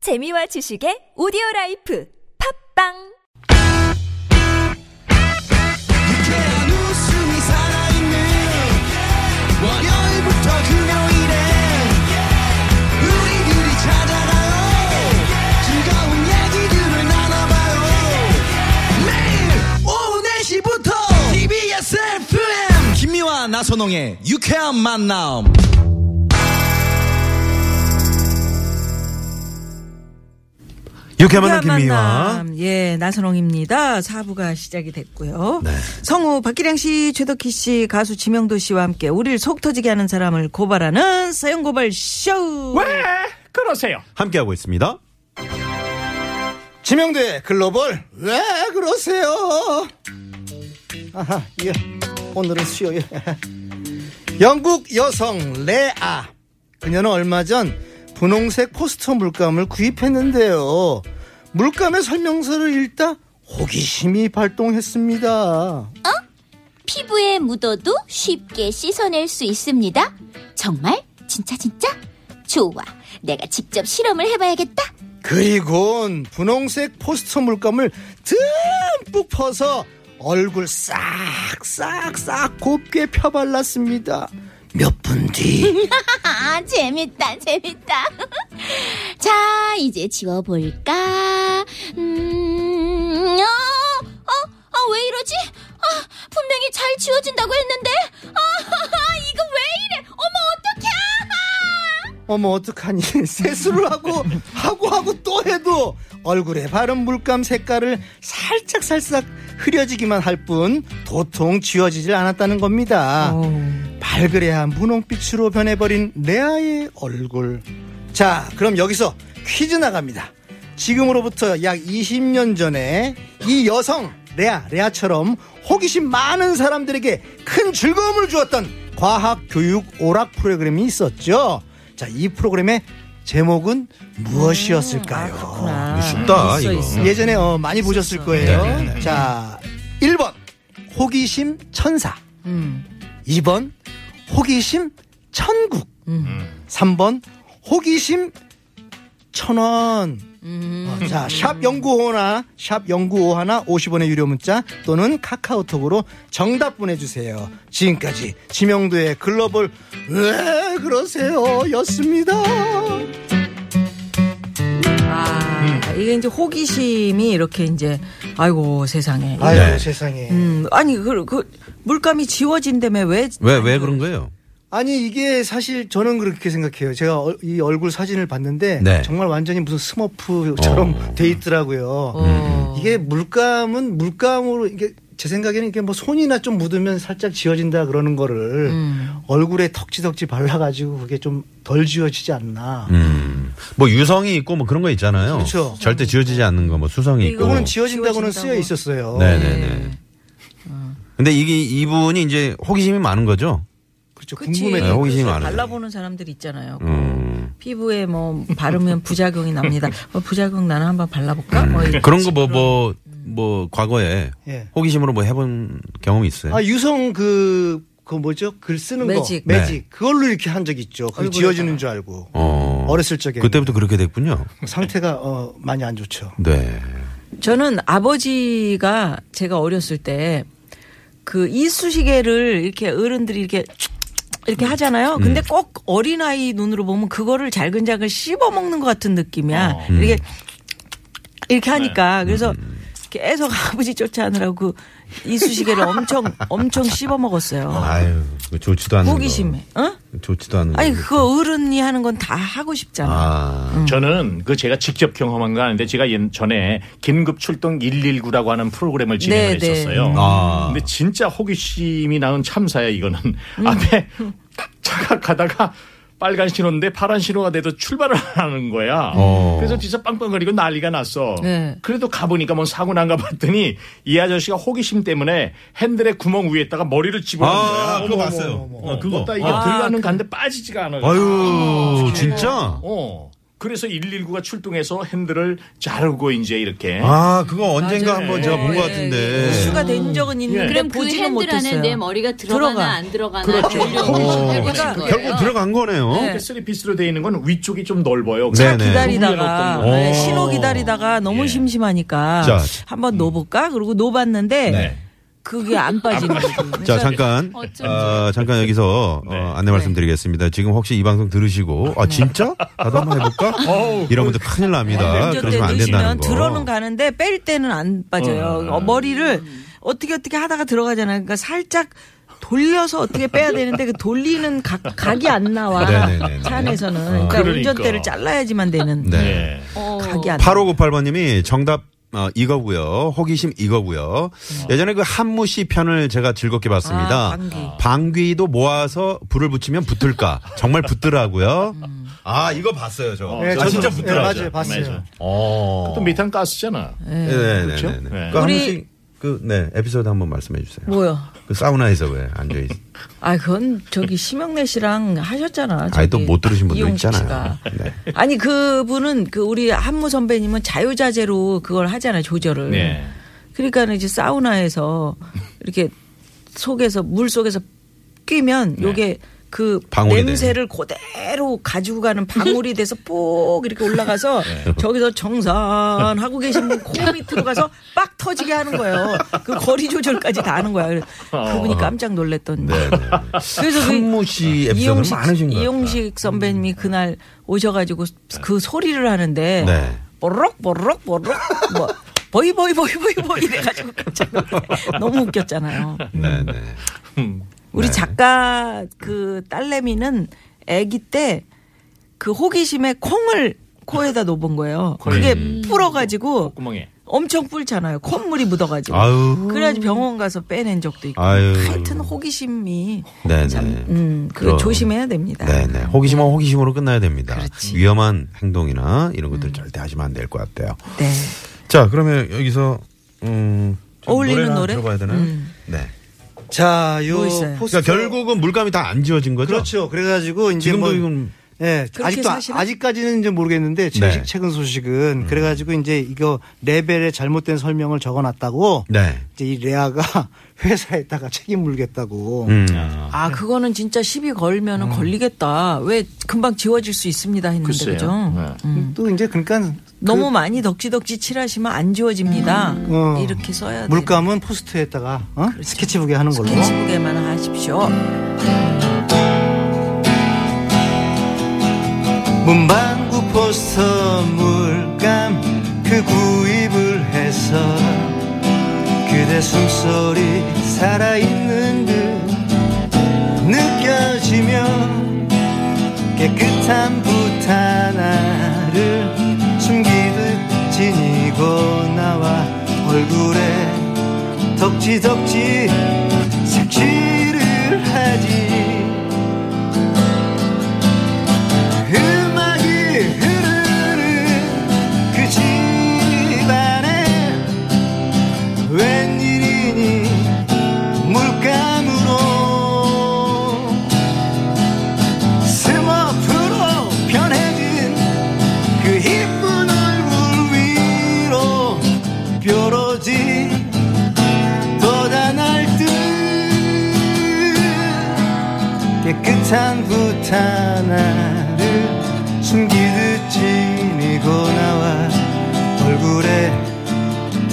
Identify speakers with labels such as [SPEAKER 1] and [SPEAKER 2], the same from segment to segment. [SPEAKER 1] 재미와 지식의 오디오 라이프 팝빵
[SPEAKER 2] 유쾌한 웃음이 살아있는 월요일부터 금요일에 우리들이 찾아가요 즐거운 얘기들을 나눠봐요 매일 오후 4시부터 TBS FM 김미와 나선홍의 유쾌한 만남
[SPEAKER 3] 이렇게 만난 김미화.
[SPEAKER 4] 만남. 예, 나선홍입니다. 4부가 시작이 됐고요.
[SPEAKER 3] 네.
[SPEAKER 4] 성우 박기량 씨, 최덕희 씨, 가수 지명도 씨와 함께 우리를 속 터지게 하는 사람을 고발하는 사연 고발 쇼.
[SPEAKER 5] 그러세요?
[SPEAKER 3] 함께하고 있습니다.
[SPEAKER 6] 지명대 글로벌 왜 그러세요? 아하, 예. 오늘은 수요일. 영국 여성 레아. 그녀는 얼마 전 분홍색 코스터 물감을 구입했는데요. 물감의 설명서를 읽다 호기심이 발동했습니다.
[SPEAKER 7] 피부에 묻어도 쉽게 씻어낼 수 있습니다. 정말? 진짜 진짜? 좋아. 내가 직접 실험을 해봐야겠다.
[SPEAKER 6] 그리곤 분홍색 포스터 물감을 듬뿍 퍼서 얼굴 싹싹싹 곱게 펴발랐습니다. 몇 분 뒤
[SPEAKER 7] 아, 재밌다, 재밌다. 자, 이제 지워볼까? 음, 어, 어, 아, 왜 이러지? 아, 분명히 잘 지워진다고 했는데. 아, 이거 왜 이래? 어머,
[SPEAKER 6] 어머 어떡하니 세수를 하고 하고 하고 또 해도 얼굴에 바른 물감 색깔을 살짝살짝 흐려지기만 할 뿐 도통 지워지질 않았다는 겁니다. 발그레한 분홍빛으로 변해버린 레아의 얼굴. 자, 그럼 여기서 퀴즈 나갑니다. 지금으로부터 약 20년 전에 이 여성 레아, 레아처럼 호기심 많은 사람들에게 큰 즐거움을 주었던 과학 교육 오락 프로그램이 있었죠. 자, 이 프로그램의 제목은 무엇이었을까요?
[SPEAKER 4] 음,
[SPEAKER 3] 쉽다, 아, 이거.
[SPEAKER 6] 예전에 어, 많이 보셨을 거예요. 자, 1번 호기심 천사. 2번 호기심 천국. 3번 호기심 천원. 어, 자, 샵 0951, 샵 0951, 50원의 유료 문자 또는 카카오톡으로 정답 보내주세요. 지금까지 지명도의 글로벌 왜 그러세요? 였습니다.
[SPEAKER 4] 아, 이게 이제 호기심이 이렇게 이제 아이고 세상에.
[SPEAKER 6] 아유,
[SPEAKER 3] 네.
[SPEAKER 6] 세상에.
[SPEAKER 4] 음, 아니 그, 그 물감이 지워진다며 왜?
[SPEAKER 3] 왜, 왜 그런 거예요?
[SPEAKER 6] 아니 이게 사실 저는 그렇게 생각해요. 제가 얼- 이 얼굴 사진을 봤는데
[SPEAKER 3] 네.
[SPEAKER 6] 정말 완전히 무슨 스머프처럼
[SPEAKER 3] 어. 음.
[SPEAKER 6] 돼 있더라고요. 이게 물감은 물감으로 이게 제 생각에는 이게 뭐 손이나 좀 묻으면 살짝 지워진다 그러는 거를 얼굴에 덕지덕지 발라가지고 그게 좀 덜 지워지지 않나.
[SPEAKER 3] 음. 뭐 유성이 있고 뭐 그런 거 있잖아요.
[SPEAKER 6] 그렇죠.
[SPEAKER 3] 절대 지워지지 않는 거 뭐 수성이 있고.
[SPEAKER 6] 이거는 지워진다고는
[SPEAKER 4] 지워진다고.
[SPEAKER 6] 쓰여 있었어요.
[SPEAKER 3] 네네네. 근데 이게 이분이 이제 호기심이 많은 거죠?
[SPEAKER 6] 그렇죠.
[SPEAKER 4] 그치.
[SPEAKER 3] 네,
[SPEAKER 6] 궁금해요.
[SPEAKER 3] 호기심이
[SPEAKER 4] 그래서
[SPEAKER 3] 많아요.
[SPEAKER 4] 발라보는 사람들 있잖아요.
[SPEAKER 3] 음.
[SPEAKER 4] 피부에 뭐 바르면 부작용이 납니다. 어, 부작용 나는 한번 발라볼까? 뭐 이런
[SPEAKER 3] 그런 거 뭐,
[SPEAKER 4] 식으로.
[SPEAKER 3] 뭐, 뭐, 과거에
[SPEAKER 6] 예.
[SPEAKER 3] 호기심으로 뭐 해본 경험이 있어요?
[SPEAKER 6] 아 유성 그. 그 뭐죠? 글 쓰는
[SPEAKER 4] 매직.
[SPEAKER 6] 거
[SPEAKER 3] 네.
[SPEAKER 6] 매직 그걸로 이렇게 한 적 있죠. 그 지워지는 줄 알고
[SPEAKER 3] 어.
[SPEAKER 6] 어렸을 적에
[SPEAKER 3] 그때부터 그렇게 됐군요.
[SPEAKER 6] 상태가 어, 많이 안 좋죠.
[SPEAKER 3] 네.
[SPEAKER 4] 저는 아버지가 제가 어렸을 때 그 이쑤시개를 이렇게 어른들이 이렇게 이렇게 하잖아요. 근데 꼭 어린아이 눈으로 보면 그거를 잘근잘근 씹어 먹는 것 같은 느낌이야. 이렇게 이렇게 하니까 그래서 계속 아버지 쫓아하느라고 그 이쑤시개를 엄청 엄청 씹어 먹었어요.
[SPEAKER 3] 아유, 그거 좋지도 않은
[SPEAKER 4] 호기심에. 어?
[SPEAKER 3] 거. 좋지도 않은
[SPEAKER 4] 아니
[SPEAKER 3] 거.
[SPEAKER 4] 그거 어른이 하는 건 다 하고 싶잖아.
[SPEAKER 3] 아.
[SPEAKER 5] 저는 그 제가 직접 경험한 거 아닌데 제가 예- 전에 긴급 출동 119라고 하는 프로그램을
[SPEAKER 4] 네,
[SPEAKER 5] 진행을
[SPEAKER 4] 네.
[SPEAKER 5] 했었어요.
[SPEAKER 3] 아.
[SPEAKER 5] 근데 진짜 호기심이 나는 참사야 이거는 앞에 차가 가다가 빨간 신호인데 파란 신호가 돼도 출발을 안 하는 거야.
[SPEAKER 3] 어.
[SPEAKER 5] 그래서 뒤에서 빵빵거리고 난리가 났어.
[SPEAKER 4] 네.
[SPEAKER 5] 그래도 가보니까 뭐 사고 난가 봤더니 이 아저씨가 호기심 때문에 핸들의 구멍 위에다가 머리를 집어넣은 거야.
[SPEAKER 3] 아, 그거
[SPEAKER 5] 어머,
[SPEAKER 3] 봤어요.
[SPEAKER 5] 어머, 어머. 그거 다 이게 들어가는 가는데 빠지지가 않아요.
[SPEAKER 3] 아유, 진짜?
[SPEAKER 5] 어. 그래서 119가 출동해서 핸들을 자르고 이제 이렇게
[SPEAKER 3] 아, 그거 언젠가
[SPEAKER 4] 네. 맞아요. 네.
[SPEAKER 3] 한번 제가 본 것
[SPEAKER 8] 예,
[SPEAKER 3] 같은데.
[SPEAKER 4] 이슈가 된 적은 있는데
[SPEAKER 5] 예.
[SPEAKER 8] 그럼 그
[SPEAKER 4] 보지는
[SPEAKER 8] 핸들 안에
[SPEAKER 4] 못했어요.
[SPEAKER 8] 내 머리가 들어가나
[SPEAKER 4] 들어가.
[SPEAKER 8] 안 들어가나
[SPEAKER 5] 그렇죠.
[SPEAKER 8] 보려고 해보신
[SPEAKER 4] 그러니까
[SPEAKER 8] 거예요.
[SPEAKER 3] 결국 들어간 거네요.
[SPEAKER 4] 네.
[SPEAKER 5] 쓰리 피스로 되어 있는 건 위쪽이 좀 넓어요.
[SPEAKER 3] 네, 네.
[SPEAKER 4] 기다리다가
[SPEAKER 5] 어떤 거.
[SPEAKER 4] 네,
[SPEAKER 3] 오.
[SPEAKER 4] 신호 기다리다가 너무
[SPEAKER 5] 예.
[SPEAKER 4] 심심하니까
[SPEAKER 3] 자.
[SPEAKER 4] 한번 넣어볼까? 그리고 넣어봤는데
[SPEAKER 5] 네.
[SPEAKER 4] 그게 안 빠지는 거예요.
[SPEAKER 3] 자
[SPEAKER 4] 그러니까
[SPEAKER 3] 잠깐
[SPEAKER 8] 어쩐지.
[SPEAKER 3] 아, 잠깐 여기서
[SPEAKER 5] 네.
[SPEAKER 3] 어, 안내 말씀드리겠습니다. 지금 혹시 이 방송 들으시고 아 진짜 나도 한번 해볼까? 이런 분들 큰일 납니다.
[SPEAKER 4] 운전대
[SPEAKER 3] 그러시면 안 된다는
[SPEAKER 4] 넣으시면 네. 들어는
[SPEAKER 3] 거.
[SPEAKER 4] 가는데 뺄 때는 안 빠져요. 어, 머리를 어떻게 어떻게 하다가 들어가잖아요. 그러니까 살짝 돌려서 어떻게 빼야 되는데 그 돌리는 각, 각이 안 나와.
[SPEAKER 3] 네네네네. 어.
[SPEAKER 4] 차 안에서는. 그러니까,
[SPEAKER 5] 그러니까.
[SPEAKER 4] 운전대를 잘라야지만 되는
[SPEAKER 3] 네.
[SPEAKER 5] 예.
[SPEAKER 4] 각이 안 나와.
[SPEAKER 3] 8598번님이 정답 어, 이거고요. 호기심 이거고요. 예전에 그 한무 씨 편을 제가 즐겁게 봤습니다.
[SPEAKER 4] 네. 아, 방귀.
[SPEAKER 3] 도 모아서 불을 붙이면 붙을까? 정말 붙더라고요.
[SPEAKER 4] 음.
[SPEAKER 3] 아 이거 봤어요 저.
[SPEAKER 5] 네,
[SPEAKER 3] 아, 진짜
[SPEAKER 9] 저도-
[SPEAKER 3] 붙더라고요.
[SPEAKER 9] 네, 맞아요. 봤어요.
[SPEAKER 3] 어.
[SPEAKER 5] 또 메탄 가스잖아.
[SPEAKER 3] 네네네.
[SPEAKER 5] 그렇죠?
[SPEAKER 3] 네.
[SPEAKER 5] 네.
[SPEAKER 3] 그
[SPEAKER 4] 우리-
[SPEAKER 3] 한무씨 그네 에피소드 한번 말씀해 주세요.
[SPEAKER 4] 뭐요?
[SPEAKER 3] 그 사우나에서 왜 앉아 있?
[SPEAKER 4] 아, 그건 저기 심영래 씨랑 하셨잖아.
[SPEAKER 3] 아니
[SPEAKER 4] 저기
[SPEAKER 3] 또못 들으신 분도
[SPEAKER 4] 이용식
[SPEAKER 3] 있잖아요.
[SPEAKER 4] 씨가.
[SPEAKER 3] 네.
[SPEAKER 4] 아니 그분은 그 우리 한무 선배님은 자유자재로 그걸 하잖아요 조절을.
[SPEAKER 5] 네.
[SPEAKER 4] 그러니까는 이제 사우나에서 이렇게 속에서 물 속에서 끼면 요게 그
[SPEAKER 3] 네. 방울이
[SPEAKER 4] 냄새를 그대로 가지고 가는 방울이 돼서 뽁 이렇게 올라가서
[SPEAKER 3] 네.
[SPEAKER 4] 저기서 정산 하고 계신 분 코 밑으로 가서 빡 터지게 하는 거예요. 그 거리 조절까지 다 하는 거야. 그래서 그분이 깜짝 놀랐던.
[SPEAKER 3] 어. 네, 네, 네.
[SPEAKER 4] 그래서 그
[SPEAKER 3] 한무 씨 에피소드 예, 많으신 것 음. 같아요.
[SPEAKER 4] 이용식 선배님이 그날 오셔가지고 그 소리를 하는데
[SPEAKER 3] 네.
[SPEAKER 4] 보르륵 보르륵 보르륵 뭐 보이 보이 보이 보이 보이 이래가지고 깜짝 놀랐어요. 너무 웃겼잖아요.
[SPEAKER 3] 네, 네.
[SPEAKER 4] 우리 작가 그 딸내미는 아기 때 그 호기심에 콩을 코에다 놓은 거예요. 그게
[SPEAKER 3] 음.
[SPEAKER 4] 불어가지고
[SPEAKER 5] 구멍에.
[SPEAKER 4] 엄청 뿔잖아요. 콧물이 묻어가지고.
[SPEAKER 3] 아유.
[SPEAKER 4] 그래가지고 병원 가서 빼낸 적도 있고.
[SPEAKER 3] 아유.
[SPEAKER 4] 하여튼 호기심이
[SPEAKER 3] 네,
[SPEAKER 4] 참,
[SPEAKER 3] 네.
[SPEAKER 4] 음, 그거
[SPEAKER 3] 그럼.
[SPEAKER 4] 조심해야 됩니다.
[SPEAKER 3] 네, 네. 호기심은 호기심으로 끝나야 됩니다. 위험한 행동이나 이런 것들
[SPEAKER 4] 음.
[SPEAKER 3] 절대 하시면 안 될 것 같아요.
[SPEAKER 4] 네.
[SPEAKER 3] 자, 그러면 여기서 음, 좀
[SPEAKER 4] 어울리는
[SPEAKER 3] 노래나
[SPEAKER 4] 노래?
[SPEAKER 3] 들어봐야 되나요?
[SPEAKER 4] 음.
[SPEAKER 3] 네.
[SPEAKER 9] 자, 요
[SPEAKER 4] 뭐 있어요?
[SPEAKER 9] 포스터
[SPEAKER 3] 그러니까 결국은 물감이 다 안 지워진 거죠?
[SPEAKER 9] 그렇죠. 그래가지고 이제
[SPEAKER 3] 지금도
[SPEAKER 9] 뭐-
[SPEAKER 3] 이건 네.
[SPEAKER 9] 예,
[SPEAKER 4] 그렇게
[SPEAKER 9] 아직도 아-
[SPEAKER 4] 사실은-
[SPEAKER 9] 아직까지는 이제 모르겠는데 최식 최근 소식은
[SPEAKER 3] 음.
[SPEAKER 9] 그래가지고 이제 이거 레벨에 잘못된 설명을 적어놨다고
[SPEAKER 3] 네.
[SPEAKER 9] 이제 이 레아가 회사에다가 책임 물겠다고
[SPEAKER 3] 음.
[SPEAKER 4] 아, 그거는 진짜 시비 걸면 은 걸리겠다. 왜 금방 지워질 수 있습니다 했는데,
[SPEAKER 5] 글쎄요.
[SPEAKER 4] 그죠?
[SPEAKER 5] 네.
[SPEAKER 4] 음.
[SPEAKER 9] 또 이제 그러니까
[SPEAKER 4] 너무 많이 덕지덕지 칠하시면 안 지워집니다.
[SPEAKER 9] 어.
[SPEAKER 4] 이렇게 써야 돼요.
[SPEAKER 9] 물감은 포스트에다가 어? 스케치북에 하는 걸로.
[SPEAKER 4] 네. 그렇죠. 스케치북에만 하십시오.
[SPEAKER 9] 문방구 포스터 물감 그 구입을 해서 그대 숨소리 살아있는 듯 느껴지며 깨끗한 붓 하나를 숨기듯 지니고 나와 얼굴에 덕지덕지 색칠을 하지 음악이 흐르는 그 집안에 웬일이니 물감으로 스머프로 변해진 그 이쁜 얼굴 위로 뾰로지 돋아날 듯 깨끗한 붓 하나를 숨기듯 지니고 나와 얼굴에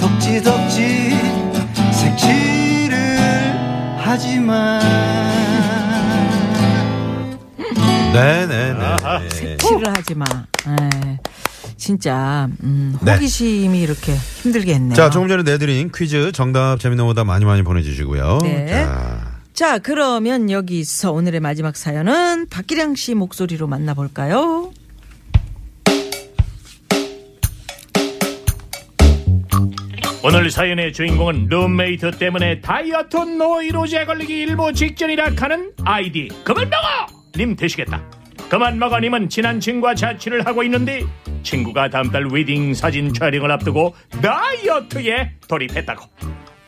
[SPEAKER 9] 덕지덕지 색칠을 하지만
[SPEAKER 3] 네, 네, 네.
[SPEAKER 4] 칠을 하지 마. 예. 진짜 음,
[SPEAKER 3] 네.
[SPEAKER 4] 호기심이 이렇게 힘들게 했네요.
[SPEAKER 3] 자, 조금 전에 내드린 퀴즈 정답 재밌는 오다 많이 많이 보내주시고요.
[SPEAKER 4] 네.
[SPEAKER 3] 자,
[SPEAKER 4] 자, 그러면 여기서 오늘의 마지막 사연은 박기량 씨 목소리로 만나볼까요?
[SPEAKER 5] 오늘 사연의 주인공은 룸메이트 때문에 다이어트 노이로제 걸리기 일보 직전이라 하는 아이디 그만 먹어 님 되시겠다 그만 먹어 님은 친한 친구와 자취를 하고 있는데 친구가 다음 달 웨딩 사진 촬영을 앞두고 다이어트에 돌입했다고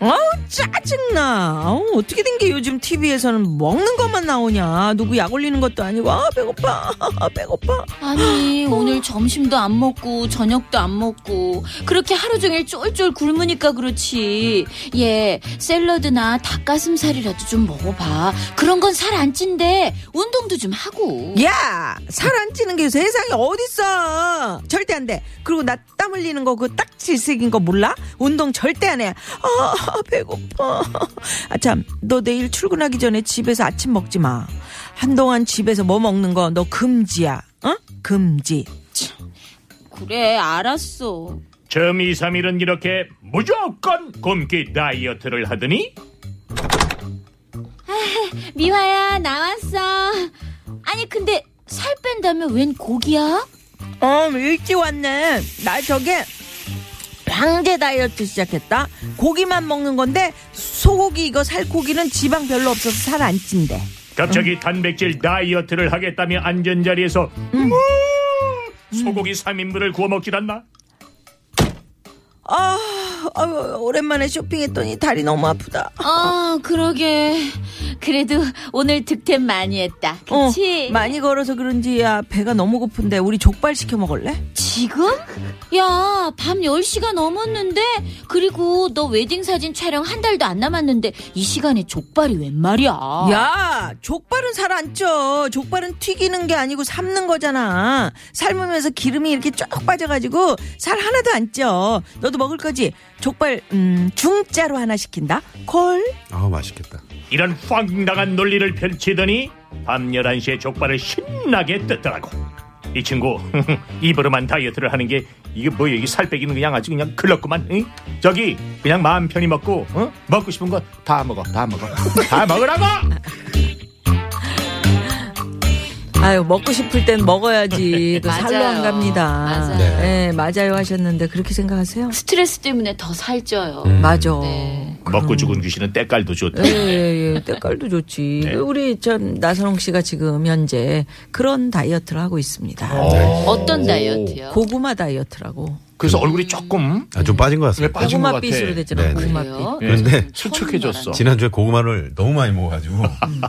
[SPEAKER 4] 아우 짜증나. 아우, 어떻게 된 게 요즘 TV에서는 먹는 것만 나오냐. 누구 약 올리는 것도 아니고 아 배고파 배고파.
[SPEAKER 7] 아니 오늘 점심도 안 먹고 저녁도 안 먹고 그렇게 하루 종일 쫄쫄 굶으니까 그렇지 얘 샐러드나 닭가슴살이라도 좀 먹어봐 그런 건 살 안 찐데 운동도 좀 하고
[SPEAKER 4] 야! 살 안 찌는 게 세상에 어딨어! 절대 안 돼. 그리고 나 땀 흘리는 거 그 딱 질색인 거 몰라? 운동 절대 안 해. 아, 배고파. 아, 참. 너 내일 출근하기 전에 집에서 아침 먹지 마. 한동안 집에서 뭐 먹는 거 너 금지야. 어? 금지.
[SPEAKER 7] 그래 알았어
[SPEAKER 5] 점 2, 3일은 이렇게 무조건 굶기 다이어트를 하더니
[SPEAKER 7] 미화야 나왔어 아니 근데 살 뺀다면 웬 고기야?
[SPEAKER 4] 어, 일찍 왔네. 나 저게 황제 다이어트 시작했다. 고기만 먹는 건데 소고기 이거 살코기는 지방 별로 없어서 살 안 찐대.
[SPEAKER 5] 갑자기 단백질 다이어트를 하겠다며 앉은 자리에서 뭐 소고기 3인분을 구워 먹질 않나?
[SPEAKER 4] 아, 아유, 오랜만에 쇼핑했더니 다리 너무 아프다.
[SPEAKER 7] 아 그러게 그래도 오늘 득템 많이 했다
[SPEAKER 4] 어,
[SPEAKER 7] 그치?
[SPEAKER 4] 많이 걸어서 그런지 야 배가 너무 고픈데 우리 족발 시켜 먹을래?
[SPEAKER 7] 지금? 야, 밤 10시가 넘었는데? 그리고 너 웨딩 사진 촬영 한 달도 안 남았는데 이 시간에 족발이 웬 말이야?
[SPEAKER 4] 어. 야 족발은 살 안 쪄. 족발은 튀기는 게 아니고 삶는 거잖아. 삶으면서 기름이 이렇게 쫙 빠져가지고 살 하나도 안 쪄. 너도 먹을 거지? 족발 음, 중짜로 하나 시킨다. 콜.
[SPEAKER 3] 아 맛있겠다.
[SPEAKER 5] 이런 황당한 논리를 펼치더니 밤 11시에 족발을 신나게 뜯더라고 이 친구 입으로만 다이어트를 하는 게 이게 뭐야 이게 살 빼기는 그냥 아주 그냥 글렀구만 응? 저기 그냥 마음 편히 먹고 어? 먹고 싶은 거 다 먹어 다 먹어 다 먹으라고
[SPEAKER 4] 아유 먹고 싶을 땐 먹어야지. 또 살로 안
[SPEAKER 7] 맞아요.
[SPEAKER 4] 갑니다.
[SPEAKER 7] 맞아요.
[SPEAKER 4] 네, 맞아요 하셨는데 그렇게 생각하세요?
[SPEAKER 7] 스트레스 때문에 더 살쪄요.
[SPEAKER 3] 음.
[SPEAKER 4] 맞아.
[SPEAKER 7] 네.
[SPEAKER 5] 먹고 죽은 귀신은 때깔도 좋다.
[SPEAKER 4] 예예예 때깔도 좋지. 우리 전 나선홍 씨가 지금 현재 그런 다이어트를 하고 있습니다.
[SPEAKER 7] 어떤 다이어트요?
[SPEAKER 4] 고구마 다이어트라고.
[SPEAKER 5] 그래서 얼굴이 조금
[SPEAKER 3] 아, 좀 빠진 것 같습니다.
[SPEAKER 5] 빠진
[SPEAKER 4] 고구마
[SPEAKER 5] 것 같아.
[SPEAKER 4] 빗으로 되잖아.
[SPEAKER 3] 네네.
[SPEAKER 4] 고구마 빗.
[SPEAKER 7] 그래요?
[SPEAKER 3] 그런데
[SPEAKER 5] 수척해졌어.
[SPEAKER 3] 지난주에 고구마를 너무 많이 먹어가지고
[SPEAKER 4] 음.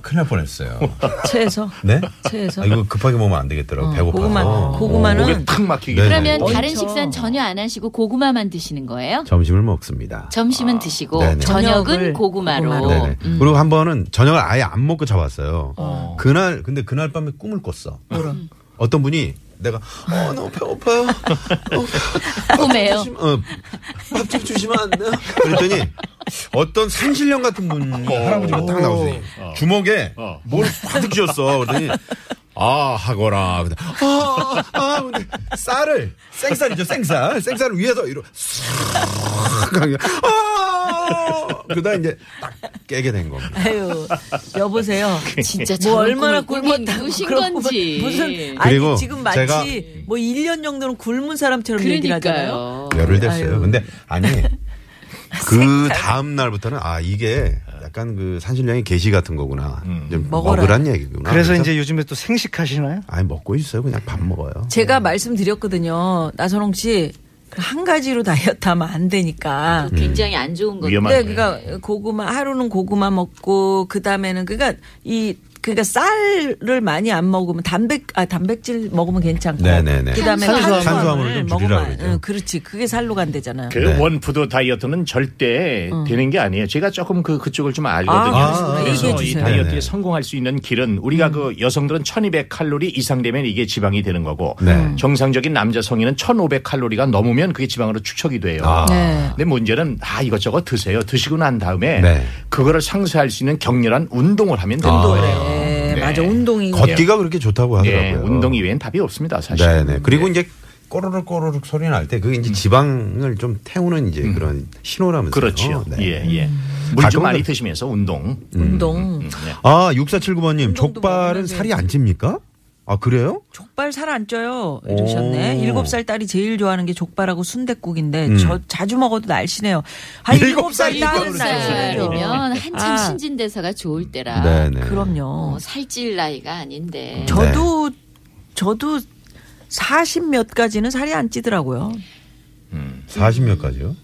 [SPEAKER 3] 큰일 날 뻔했어요.
[SPEAKER 4] 채에서
[SPEAKER 3] 네?
[SPEAKER 4] 채에서. 어,
[SPEAKER 3] 아, 이거 급하게 먹으면 안 되겠더라고. 어, 배고파서.
[SPEAKER 4] 고구마
[SPEAKER 5] 목에
[SPEAKER 4] 고구마는
[SPEAKER 5] 탁 막히게.
[SPEAKER 3] 네.
[SPEAKER 7] 그러면
[SPEAKER 3] 네.
[SPEAKER 7] 다른
[SPEAKER 4] 그렇죠.
[SPEAKER 7] 식사는 전혀 안 하시고 고구마만 드시는 거예요?
[SPEAKER 3] 점심을 먹습니다.
[SPEAKER 7] 점심은 드시고
[SPEAKER 3] 아. 네네.
[SPEAKER 7] 저녁은
[SPEAKER 4] 저녁을
[SPEAKER 7] 고구마로.
[SPEAKER 4] 고구마로.
[SPEAKER 3] 네네. 그리고 한 번은 저녁을 아예 안 먹고 잡았어요. 그날 근데 그날 밤에 꿈을 꿨어. 어떤 분이 내가 어 너무 배고파요. 어,
[SPEAKER 7] 꿈에요?
[SPEAKER 3] 밥 좀 주시면- 어, 밥좀 주시면 안 돼요? 그랬더니 어떤 산신령 같은 분 어, 할아버지가 딱 어. 나오더니 주먹에 뭘 화득 쥐었어. 그랬더니 아 하거라. 근데 아, 아 근데 쌀을 생쌀이죠 생쌀 생쌀을 위에서 이러 싹 하게 아 그다 이제 딱 깨게 된 겁니다.
[SPEAKER 4] 아유 여보세요.
[SPEAKER 7] 진짜
[SPEAKER 4] 뭐
[SPEAKER 7] 저런
[SPEAKER 4] 얼마나
[SPEAKER 7] 꿈을
[SPEAKER 4] 굶었다고
[SPEAKER 7] 꾸신
[SPEAKER 4] 그런
[SPEAKER 7] 건지.
[SPEAKER 4] 꿈을 무슨 아니
[SPEAKER 3] 그리고
[SPEAKER 4] 지금 마치
[SPEAKER 3] 제가-
[SPEAKER 4] 뭐 1년 정도는 굶은 사람처럼 얘기를 하잖아요.
[SPEAKER 7] 그러니까요.
[SPEAKER 3] 열흘 됐어요.
[SPEAKER 4] 아유.
[SPEAKER 3] 근데 아니 그 다음 날부터는 아 이게 약간 그 산신령의 계시 같은 거구나.
[SPEAKER 5] 음.
[SPEAKER 3] 좀
[SPEAKER 4] 먹어라.
[SPEAKER 3] 먹으란 얘기구나.
[SPEAKER 9] 그래서
[SPEAKER 3] 그래서
[SPEAKER 9] 이제 요즘에 또 생식하시나요?
[SPEAKER 3] 아니 먹고 있어요. 그냥 밥 먹어요.
[SPEAKER 4] 제가 말씀드렸거든요. 나선홍 씨그 한 가지로 다이어트 하면 안 되니까
[SPEAKER 7] 아, 굉장히 안
[SPEAKER 3] 음.
[SPEAKER 7] 좋은 건데.
[SPEAKER 5] 위험한
[SPEAKER 4] 네,
[SPEAKER 5] 네,
[SPEAKER 4] 그러니까 고구마 하루는 고구마 먹고 그 다음에는 그러니까 이 그러니까 쌀을 많이 안 먹으면 단백 아 단백질 먹으면 괜찮고
[SPEAKER 3] 네네네. 탄수화물.
[SPEAKER 4] 그다음에 탄수화물을,
[SPEAKER 3] 탄수화물을 좀 줄이라
[SPEAKER 4] 먹으면
[SPEAKER 3] 그러죠.
[SPEAKER 4] 응, 그렇지 그게 살로 간대잖아요.
[SPEAKER 5] 그
[SPEAKER 3] 네.
[SPEAKER 5] 원푸드 다이어트는 절대 되는 게 아니에요. 제가 조금 그 그쪽을 좀 알거든요.
[SPEAKER 4] 아, 그렇습니다.
[SPEAKER 5] 그래서
[SPEAKER 4] 얘기해
[SPEAKER 5] 이
[SPEAKER 4] 주세요.
[SPEAKER 5] 다이어트에
[SPEAKER 3] 네네.
[SPEAKER 5] 성공할 수 있는 길은 우리가 그 여성들은 1,200 칼로리 이상 되면 이게 지방이 되는 거고
[SPEAKER 3] 네.
[SPEAKER 5] 정상적인 남자 성인은 1,500 칼로리가 넘으면 그게 지방으로 축척이 돼요.
[SPEAKER 3] 아.
[SPEAKER 4] 네.
[SPEAKER 5] 근데 문제는 아 이것저것 드세요. 드시고 난 다음에
[SPEAKER 3] 네.
[SPEAKER 5] 그거를 상쇄할 수 있는 격렬한 운동을 하면 되는 거예요.
[SPEAKER 4] 네,
[SPEAKER 5] 네.
[SPEAKER 4] 맞아 운동이
[SPEAKER 3] 걷기가 아. 그렇게 좋다고 하더라고요.
[SPEAKER 5] 예, 운동 이외엔 예. 답이 없습니다, 사실.
[SPEAKER 3] 네네. 그리고 이제 꼬르륵 꼬르륵 소리 날 때 그게 이제 지방을 좀 태우는 이제 그런 신호라면서요.
[SPEAKER 5] 음. 그렇죠.
[SPEAKER 3] 네.
[SPEAKER 5] 예, 예.
[SPEAKER 4] 음.
[SPEAKER 5] 물 좀
[SPEAKER 3] 가끔은-
[SPEAKER 5] 많이 드시면서 운동.
[SPEAKER 3] 음,
[SPEAKER 5] 음, 네.
[SPEAKER 4] 운동
[SPEAKER 3] 아 6479번님
[SPEAKER 4] 운동도
[SPEAKER 3] 족발은
[SPEAKER 4] 먹으면
[SPEAKER 3] 살이 안 찝니까? 아 그래요?
[SPEAKER 4] 족발 살 안 쪄요
[SPEAKER 3] 오. 음.
[SPEAKER 4] 이러셨네. 일곱 살 딸이 제일 좋아하는 게 족발하고 순대국인데 저 자주 먹어도 날씬해요. 한
[SPEAKER 3] 일곱
[SPEAKER 4] 일곱 살
[SPEAKER 7] 아,
[SPEAKER 3] 살이면
[SPEAKER 4] 딸은 날씬해요.
[SPEAKER 7] 살이면 한참
[SPEAKER 4] 아.
[SPEAKER 7] 신진대사가 좋을 때라
[SPEAKER 3] 네. 네네. 네,
[SPEAKER 4] 그럼요.
[SPEAKER 7] 어, 살찔 나이가 아닌데
[SPEAKER 4] 저도 저도 40 몇까지는 살이 안 찌더라고요.
[SPEAKER 3] 40몇까지요?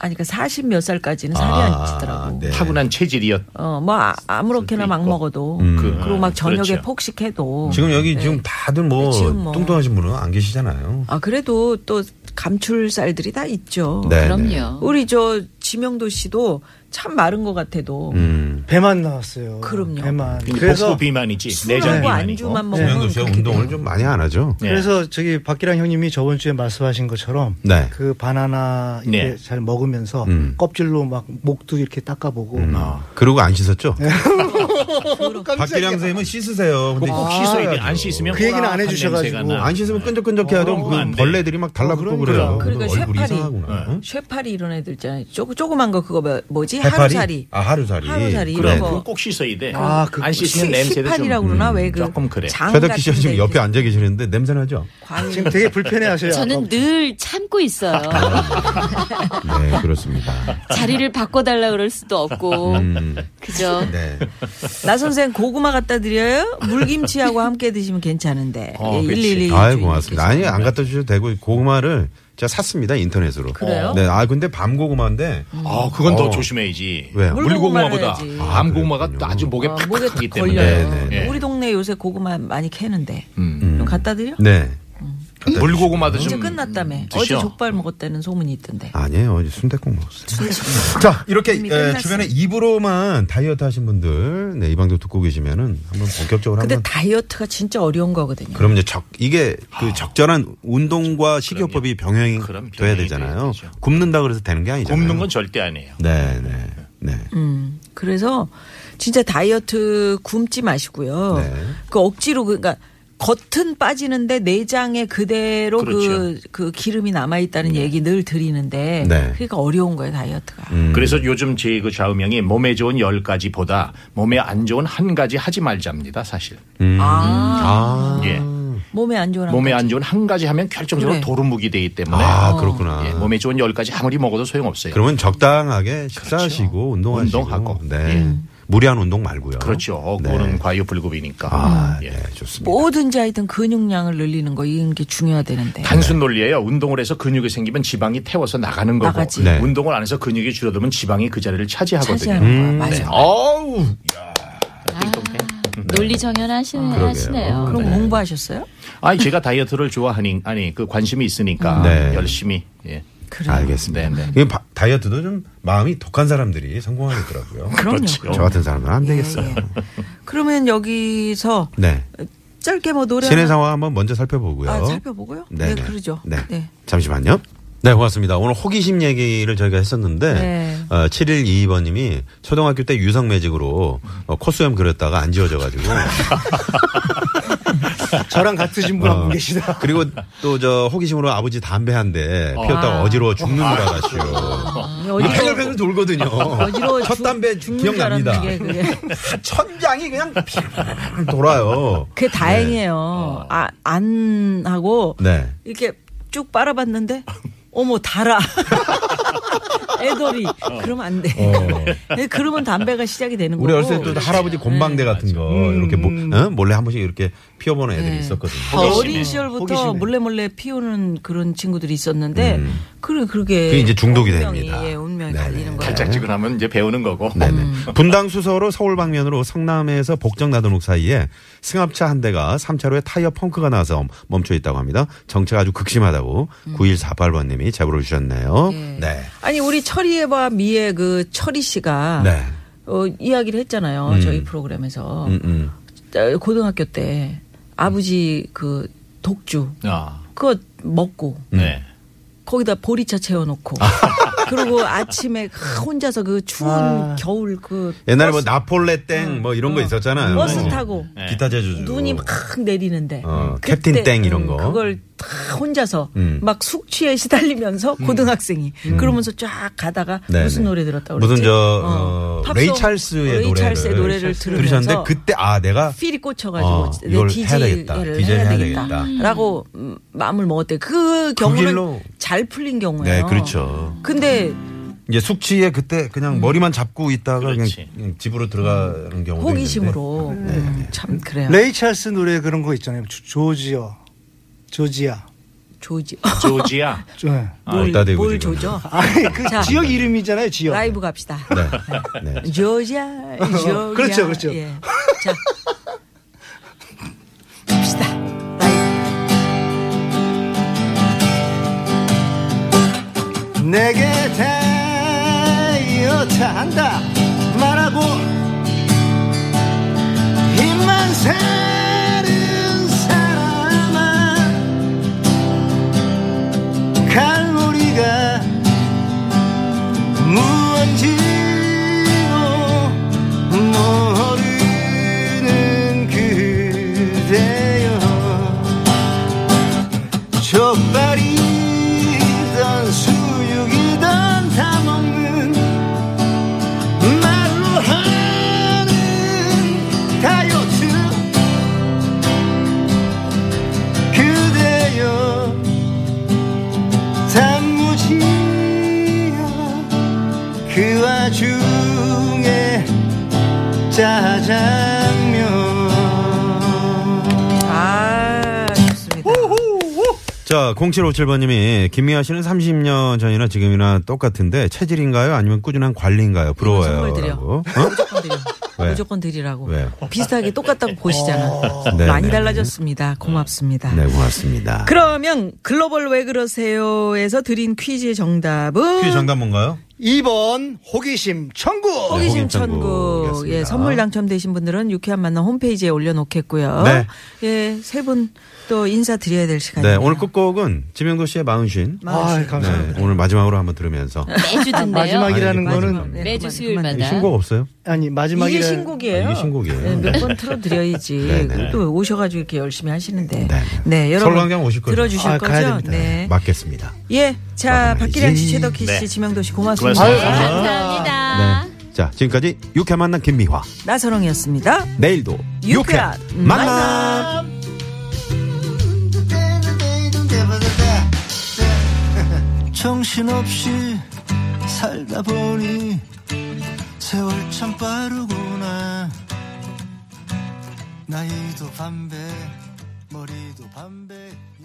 [SPEAKER 4] 아니 그러니까 40 몇 살까지는 살이 안 찌더라고.
[SPEAKER 3] 네.
[SPEAKER 5] 타고난 그러니까 체질이었.
[SPEAKER 4] 어, 뭐 아- 아무렇게나 막
[SPEAKER 5] 있고.
[SPEAKER 4] 먹어도
[SPEAKER 5] 그,
[SPEAKER 4] 그리고 막 저녁에
[SPEAKER 5] 그렇죠.
[SPEAKER 4] 폭식해도
[SPEAKER 3] 음. 지금 여기 지금 다들 뭐,
[SPEAKER 4] 음. 네. 지금 뭐.
[SPEAKER 3] 뚱뚱하신 분은 안 계시잖아요.
[SPEAKER 4] 아 그래도 또 감출살들이 다 있죠.
[SPEAKER 3] 네, 네.
[SPEAKER 7] 그럼요.
[SPEAKER 4] 우리 저 지명도 씨도 참 마른 것 같아도
[SPEAKER 3] 음.
[SPEAKER 9] 배만 나왔어요.
[SPEAKER 4] 그럼요.
[SPEAKER 9] 배만.
[SPEAKER 5] 복부 비만이지. 내장
[SPEAKER 4] 술하고
[SPEAKER 5] 비만이고.
[SPEAKER 4] 안주만 먹으면
[SPEAKER 3] 정영도 씨가
[SPEAKER 4] 네. 그렇게 돼요.
[SPEAKER 3] 운동을 좀 많이 안 하죠.
[SPEAKER 5] 네.
[SPEAKER 9] 그래서 저기 박기랑 형님이 저번 주에 말씀하신 것처럼
[SPEAKER 3] 네.
[SPEAKER 9] 그 바나나 이렇게
[SPEAKER 5] 네.
[SPEAKER 9] 잘 먹으면서
[SPEAKER 3] 음.
[SPEAKER 9] 껍질로 막 목도 이렇게 닦아보고
[SPEAKER 3] 음. 그러고 안 씻었죠?
[SPEAKER 9] 깜짝이야.
[SPEAKER 3] 박기량 선생님은 씻으세요. 근데
[SPEAKER 4] 아,
[SPEAKER 5] 꼭 씻어야 돼. 안 씻으면
[SPEAKER 9] 그 얘기는 안
[SPEAKER 5] 꼬락한
[SPEAKER 9] 해주셔가지고.
[SPEAKER 5] 냄새가 나.
[SPEAKER 3] 안 씻으면 끈적끈적해야 되고
[SPEAKER 5] 어, 안
[SPEAKER 3] 그
[SPEAKER 5] 돼.
[SPEAKER 3] 벌레들이 막 달라붙고
[SPEAKER 9] 어,
[SPEAKER 3] 그래요.
[SPEAKER 9] 그러니까요.
[SPEAKER 3] 그래도
[SPEAKER 4] 그러니까
[SPEAKER 3] 얼굴이
[SPEAKER 4] 쇠파리.
[SPEAKER 3] 이상하구나.
[SPEAKER 5] 음?
[SPEAKER 3] 응?
[SPEAKER 4] 쇠파리 이런 애들 있잖아요. 조그, 조그만 거 그거 뭐- 뭐지?
[SPEAKER 3] 해파리?
[SPEAKER 4] 하루살이.
[SPEAKER 3] 아, 하루살이. 그래.
[SPEAKER 4] 하루살이 이런
[SPEAKER 5] 그럼
[SPEAKER 4] 거.
[SPEAKER 5] 그거 꼭 씻어야 돼.
[SPEAKER 9] 아, 그-
[SPEAKER 5] 안 씻으면 냄새도 좀. 음,
[SPEAKER 4] 시판이라고 그러나 왜 그
[SPEAKER 5] 조금 그래.
[SPEAKER 4] 장
[SPEAKER 3] 최덕기 씨가
[SPEAKER 4] 같은
[SPEAKER 3] 지금
[SPEAKER 4] 데
[SPEAKER 3] 옆에 앉아 계시는데 냄새 나죠?
[SPEAKER 4] 광이
[SPEAKER 9] 지금 되게 불편해하셔요.
[SPEAKER 7] 저는 늘 참고 있어요.
[SPEAKER 3] 아. 네, 그렇습니다.
[SPEAKER 7] 자리를 바꿔달라 그럴 수도 없고.
[SPEAKER 3] 음,
[SPEAKER 7] 그죠?
[SPEAKER 3] 네.
[SPEAKER 4] 나 선생 고구마 갖다 드려요? 물김치하고 함께 드시면 괜찮은데. 예,
[SPEAKER 5] 어, 그치.
[SPEAKER 4] 111.
[SPEAKER 3] 아유, 고맙습니다. 아니, 안 갖다 주셔도 되고, 고구마를 제가 샀습니다, 인터넷으로.
[SPEAKER 7] 그래요?
[SPEAKER 3] 네, 아, 근데 밤고구마인데,
[SPEAKER 5] 아, 그건 더
[SPEAKER 3] 어.
[SPEAKER 5] 조심해야지.
[SPEAKER 3] 왜요?
[SPEAKER 5] 물고구마보다
[SPEAKER 4] 물고구마를 해야지.
[SPEAKER 5] 암고구마가
[SPEAKER 3] 그렇군요.
[SPEAKER 5] 또 아주 목에
[SPEAKER 4] 아,
[SPEAKER 5] 팍
[SPEAKER 4] 목에
[SPEAKER 5] 하기
[SPEAKER 4] 딱
[SPEAKER 5] 때문에.
[SPEAKER 4] 걸려요.
[SPEAKER 3] 네,
[SPEAKER 5] 아, 네.
[SPEAKER 4] 우리 동네 요새 고구마 많이 캐는데.
[SPEAKER 5] 음.
[SPEAKER 4] 좀 갖다 드려?
[SPEAKER 3] 네. 갖다
[SPEAKER 5] 물고구마도
[SPEAKER 4] 이제
[SPEAKER 5] 좀
[SPEAKER 4] 끝났다며.
[SPEAKER 5] 드셔.
[SPEAKER 4] 어제 족발 먹었다는 소문이 있던데.
[SPEAKER 3] 아니에요. 어제 순대국 먹었어요. 자, 이렇게
[SPEAKER 4] 이미
[SPEAKER 3] 에,
[SPEAKER 4] 끝났어.
[SPEAKER 3] 주변에 입으로만 다이어트 하신 분들, 네, 이 방송 듣고 계시면은 한번 본격적으로
[SPEAKER 4] 근데
[SPEAKER 3] 한번.
[SPEAKER 4] 다이어트가 진짜 어려운 거거든요.
[SPEAKER 3] 그럼 이제 적, 이게 그 적절한 운동과 식이요법이 병행이
[SPEAKER 5] 아, 그럼
[SPEAKER 3] 돼야
[SPEAKER 5] 병행이 돼야
[SPEAKER 3] 되잖아요.
[SPEAKER 5] 되죠.
[SPEAKER 3] 굶는다 그래서 되는 게 아니잖아요.
[SPEAKER 5] 굽는 건 절대 아니에요.
[SPEAKER 3] 네, 네, 네.
[SPEAKER 4] 음, 그래서 진짜 다이어트 굶지 마시고요.
[SPEAKER 3] 네.
[SPEAKER 4] 그 억지로 그러니까 겉은 빠지는데 내장에 그대로 그 그
[SPEAKER 5] 그렇죠.
[SPEAKER 4] 기름이 남아 있다는 얘기 늘 드리는데
[SPEAKER 3] 네.
[SPEAKER 4] 그러니까 어려운 거예요 다이어트가.
[SPEAKER 3] 음.
[SPEAKER 5] 그래서 요즘 제 그 좌우명이 몸에 좋은 열 가지보다 몸에 안 좋은 한 가지 하지 말자입니다, 사실.
[SPEAKER 3] 음.
[SPEAKER 4] 아,
[SPEAKER 3] 아,
[SPEAKER 5] 예.
[SPEAKER 4] 몸에 안 좋은
[SPEAKER 5] 몸에
[SPEAKER 4] 한
[SPEAKER 5] 안 좋은 한 가지 하면
[SPEAKER 4] 그래.
[SPEAKER 5] 결정적으로 도루묵이 되기 때문에.
[SPEAKER 3] 아, 그렇구나.
[SPEAKER 5] 예, 몸에 좋은 열 가지 아무리 먹어도 소용없어요.
[SPEAKER 3] 그러면 적당하게 식사하시고 운동하시고,
[SPEAKER 5] 그렇죠. 운동하고.
[SPEAKER 3] 네.
[SPEAKER 4] 예.
[SPEAKER 3] 무리한 운동 말고요.
[SPEAKER 5] 그렇죠.
[SPEAKER 3] 네.
[SPEAKER 5] 그거는 과유불급이니까.
[SPEAKER 3] 아,
[SPEAKER 5] 예.
[SPEAKER 3] 네, 좋습니다.
[SPEAKER 4] 뭐든지 하여튼 근육량을 늘리는 거 이런 게 중요하다는데.
[SPEAKER 3] 아, 네.
[SPEAKER 5] 단순 논리예요. 운동을 해서 근육이 생기면 지방이 태워서 나가는 거고
[SPEAKER 4] 나가지.
[SPEAKER 3] 네.
[SPEAKER 5] 운동을 안 해서 근육이 줄어들면 지방이 그 자리를 차지하거든요.
[SPEAKER 4] 차지하는 거야. 맞아. 아.
[SPEAKER 5] 네. 어우,
[SPEAKER 7] 논리
[SPEAKER 3] 아,
[SPEAKER 7] 정연하시네요. 하시네요.
[SPEAKER 4] 그럼 공부하셨어요?
[SPEAKER 5] 아니 제가 다이어트를 좋아하니 아니 그 관심이 있으니까
[SPEAKER 3] 네.
[SPEAKER 5] 열심히 예.
[SPEAKER 4] 그래요.
[SPEAKER 3] 알겠습니다.
[SPEAKER 5] 네, 네.
[SPEAKER 3] 이게 바- 다이어트도 좀 마음이 독한 사람들이 성공하겠더라고요.
[SPEAKER 4] 그럼요.
[SPEAKER 5] 그렇죠.
[SPEAKER 4] 그럼요.
[SPEAKER 3] 저 같은 사람은 안 되겠어요.
[SPEAKER 4] 예, 예. 그러면 여기서
[SPEAKER 3] 네.
[SPEAKER 4] 짧게 뭐 노래
[SPEAKER 3] 시내
[SPEAKER 4] 하나
[SPEAKER 3] 상황 한번 먼저 살펴보고요.
[SPEAKER 4] 아, 살펴보고요? 네, 그러죠.
[SPEAKER 3] 네.
[SPEAKER 4] 네.
[SPEAKER 3] 잠시만요. 네, 고맙습니다. 오늘 호기심 얘기를 저희가 했었는데,
[SPEAKER 4] 네.
[SPEAKER 3] 어, 7122번님이 초등학교 때 유성매직으로 어, 코수염 그렸다가 안 지워져가지고.
[SPEAKER 9] 저랑 같으신 분 한 분
[SPEAKER 3] 어,
[SPEAKER 9] 계시다.
[SPEAKER 3] 그리고 또 저 호기심으로 아버지 담배 한 대 피웠다가
[SPEAKER 4] 아.
[SPEAKER 3] 어지러워 죽는 줄 알았어요.
[SPEAKER 4] 어디로-
[SPEAKER 3] 팽글팽글 돌거든요.
[SPEAKER 4] 어지러워
[SPEAKER 3] 첫
[SPEAKER 4] 죽-
[SPEAKER 3] 담배
[SPEAKER 4] 죽는 줄
[SPEAKER 3] 기억납니다.
[SPEAKER 4] 알았는데 그게.
[SPEAKER 3] 천장이 그냥 팽팽 돌아요.
[SPEAKER 4] 그게 다행이에요. 아, 안 하고
[SPEAKER 3] 어. 네.
[SPEAKER 4] 이렇게 쭉 빨아봤는데 어머 달아. 애돌이 그러면 안 돼. 네, 그러면 담배가 시작이 되는
[SPEAKER 3] 어. 우리
[SPEAKER 4] 거고. 네.
[SPEAKER 3] 어렸을 때 또 할아버지 곰방대 같은 거 이렇게 모- 어? 몰래 한 번씩 이렇게 피워보는 애들이 있었거든요. 네.
[SPEAKER 4] 더 음. 네. 어린 시절부터
[SPEAKER 9] 호기심에.
[SPEAKER 4] 몰래 몰래 피우는 그런 친구들이 있었는데 그래 그게
[SPEAKER 3] 음. 그게 이제 중독이
[SPEAKER 4] 운명이,
[SPEAKER 3] 됩니다.
[SPEAKER 4] 예, 운명이
[SPEAKER 3] 네네.
[SPEAKER 4] 갈리는 거예요.
[SPEAKER 5] 달짝지근하면 이제 배우는 거고. 음.
[SPEAKER 3] 네네.
[SPEAKER 4] 음.
[SPEAKER 3] 분당 수서로 서울 방면으로 성남에서 복정 나도록 사이에 승합차 한 대가 3차로에 타이어 펑크가 나서 멈춰 있다고 합니다. 정체가 아주 극심하다고
[SPEAKER 4] 음.
[SPEAKER 3] 9148번님이 제보를 주셨네요.
[SPEAKER 4] 예.
[SPEAKER 3] 네.
[SPEAKER 4] 아니 우리 철이와 미의 그 철이 씨가
[SPEAKER 3] 네.
[SPEAKER 4] 어, 이야기를 했잖아요. 저희 프로그램에서
[SPEAKER 3] 음, 음.
[SPEAKER 4] 어, 고등학교 때 아버지 그 독주
[SPEAKER 5] 아,
[SPEAKER 4] 그거 먹고
[SPEAKER 5] 네.
[SPEAKER 3] 음.
[SPEAKER 4] 거기다 보리차 채워놓고 그리고 아침에 혼자서 그 추운
[SPEAKER 3] 아.
[SPEAKER 4] 겨울 그
[SPEAKER 3] 옛날에 뭐 나폴레 땡뭐 이런 거 있었잖아요.
[SPEAKER 4] 음. 버스
[SPEAKER 3] 뭐.
[SPEAKER 4] 타고
[SPEAKER 3] 기타 제주주.
[SPEAKER 4] 눈이 막 내리는데
[SPEAKER 3] 어,
[SPEAKER 4] 그때, 음,
[SPEAKER 3] 캡틴 땡 이런 거.
[SPEAKER 4] 그걸 다 혼자서
[SPEAKER 3] 음.
[SPEAKER 4] 막 숙취에 시달리면서 고등학생이 그러면서 쫙 가다가
[SPEAKER 3] 네,
[SPEAKER 4] 무슨
[SPEAKER 3] 네.
[SPEAKER 4] 노래 들었다고
[SPEAKER 3] 무슨
[SPEAKER 4] 그랬지?
[SPEAKER 3] 저
[SPEAKER 4] 어,
[SPEAKER 3] 어,
[SPEAKER 4] 팝송,
[SPEAKER 3] 레이 찰스의
[SPEAKER 4] 레이 찰스의
[SPEAKER 3] 노래를,
[SPEAKER 4] 노래를
[SPEAKER 3] 들으셨는데
[SPEAKER 4] 들으면서
[SPEAKER 3] 그때 아 내가
[SPEAKER 4] 필이 꽂혀가지고
[SPEAKER 3] 어,
[SPEAKER 4] 내
[SPEAKER 3] 이걸
[SPEAKER 4] DJ를
[SPEAKER 3] 해야 되겠다. DJ를 해야 되겠다.
[SPEAKER 4] 라고 음, 마음을 먹었대. 그 경우는
[SPEAKER 3] 길로-
[SPEAKER 4] 잘 풀린 경우예요.
[SPEAKER 3] 네 그렇죠.
[SPEAKER 4] 근데
[SPEAKER 3] 이제 숙취에 그때 그냥 머리만 잡고 있다가 그냥
[SPEAKER 5] 그렇지.
[SPEAKER 3] 집으로 들어가는 경우도
[SPEAKER 4] 호기심으로
[SPEAKER 3] 네,
[SPEAKER 9] 네.
[SPEAKER 4] 음, 참 그래요.
[SPEAKER 9] 레이 찰스 노래 그런 거 있잖아요. 조, 지어 조지아.
[SPEAKER 4] 조지.
[SPEAKER 5] 조지야.
[SPEAKER 9] 좀-
[SPEAKER 3] 아,
[SPEAKER 4] 뭘,
[SPEAKER 3] 어디다 대고
[SPEAKER 4] 뭘
[SPEAKER 3] 지금.
[SPEAKER 4] 조죠?
[SPEAKER 9] 아니 그
[SPEAKER 4] 자.
[SPEAKER 9] 지역 이름이잖아요 지역.
[SPEAKER 4] 라이브 갑시다.
[SPEAKER 3] 네. 네.
[SPEAKER 4] 조지아, 조지아.
[SPEAKER 9] 그렇죠, 그렇죠.
[SPEAKER 4] 예. 자, 갑시다. 라이브.
[SPEAKER 9] 내게 다이어트 한다 말하고 입만 사는 사람아 칼로리가 무언지도 모르는 그대여 족발이던 수육이던 다 먹는 말로 하는 다이어트 그대여 단무지여 그 와중에 짜장면
[SPEAKER 4] 아, 좋습니다.
[SPEAKER 3] 자, 0757번님이 김미아 씨는 30년 전이나 지금이나 똑같은데 체질인가요? 아니면 꾸준한 관리인가요? 부러워요.
[SPEAKER 4] 선물 드려.
[SPEAKER 3] 라고. 어?
[SPEAKER 4] 무조건 드려.
[SPEAKER 3] 왜?
[SPEAKER 4] 무조건 드리라고.
[SPEAKER 3] 왜요?
[SPEAKER 4] 비슷하게 똑같다고 보시잖아.
[SPEAKER 9] 어.
[SPEAKER 3] 네,
[SPEAKER 4] 많이
[SPEAKER 3] 네.
[SPEAKER 4] 달라졌습니다. 고맙습니다.
[SPEAKER 3] 어? 네, 고맙습니다.
[SPEAKER 4] 그러면 글로벌 왜 그러세요에서 드린 퀴즈의 정답은
[SPEAKER 3] 퀴즈 정답 뭔가요?
[SPEAKER 9] 2번
[SPEAKER 3] 네,
[SPEAKER 9] 호기심 천국
[SPEAKER 4] 호기심
[SPEAKER 3] 호기심
[SPEAKER 4] 천국.
[SPEAKER 3] 천국이었습니다.
[SPEAKER 4] 예, 선물 당첨되신 분들은 유쾌한 만남 홈페이지에 올려놓겠고요.
[SPEAKER 3] 네.
[SPEAKER 4] 예, 세 분 또 인사드려야 될
[SPEAKER 3] 네,
[SPEAKER 4] 시간이에요.
[SPEAKER 3] 오늘 끝곡은 지명도 씨의 마흔쉰.
[SPEAKER 9] 아 감사합니다
[SPEAKER 3] 네, 오늘 마지막으로 한번 들으면서.
[SPEAKER 7] 매주 듣네요.
[SPEAKER 9] 마지막이라는
[SPEAKER 3] 아니,
[SPEAKER 9] 거는
[SPEAKER 3] 마지막.
[SPEAKER 7] 매주
[SPEAKER 4] 그만,
[SPEAKER 7] 수요일마다.
[SPEAKER 3] 이 신곡 없어요?
[SPEAKER 9] 아니
[SPEAKER 4] 그만. 이게
[SPEAKER 9] 마지막이라
[SPEAKER 4] 신곡이에요.
[SPEAKER 3] 이게 신곡이에요.
[SPEAKER 4] 몇
[SPEAKER 3] 네.
[SPEAKER 4] 번 틀어드려야지.
[SPEAKER 3] 네, 네.
[SPEAKER 4] 또 오셔가지고 이렇게 열심히 하시는데.
[SPEAKER 3] 네.
[SPEAKER 4] 여러분.
[SPEAKER 3] 서울 광장 오실 거죠?
[SPEAKER 4] 들어주실
[SPEAKER 9] 아,
[SPEAKER 4] 거죠?
[SPEAKER 9] 가야 됩니다.
[SPEAKER 4] 네.
[SPEAKER 3] 맞겠습니다.
[SPEAKER 4] 예. 자,
[SPEAKER 3] 막아야지.
[SPEAKER 4] 박기량 씨, 최덕희 씨,
[SPEAKER 5] 네.
[SPEAKER 4] 지명도 씨 고맙습니다.
[SPEAKER 5] 고맙습니다.
[SPEAKER 7] 네, 감사합니다.
[SPEAKER 3] 네. 자, 지금까지 유쾌 만남 김미화.
[SPEAKER 4] 나선홍이었습니다.
[SPEAKER 3] 내일도 유쾌
[SPEAKER 4] 유쾌한
[SPEAKER 3] 만남.
[SPEAKER 9] 정신없이 살다 보니 세월 참 빠르구나 나이도 반배 머리도 반배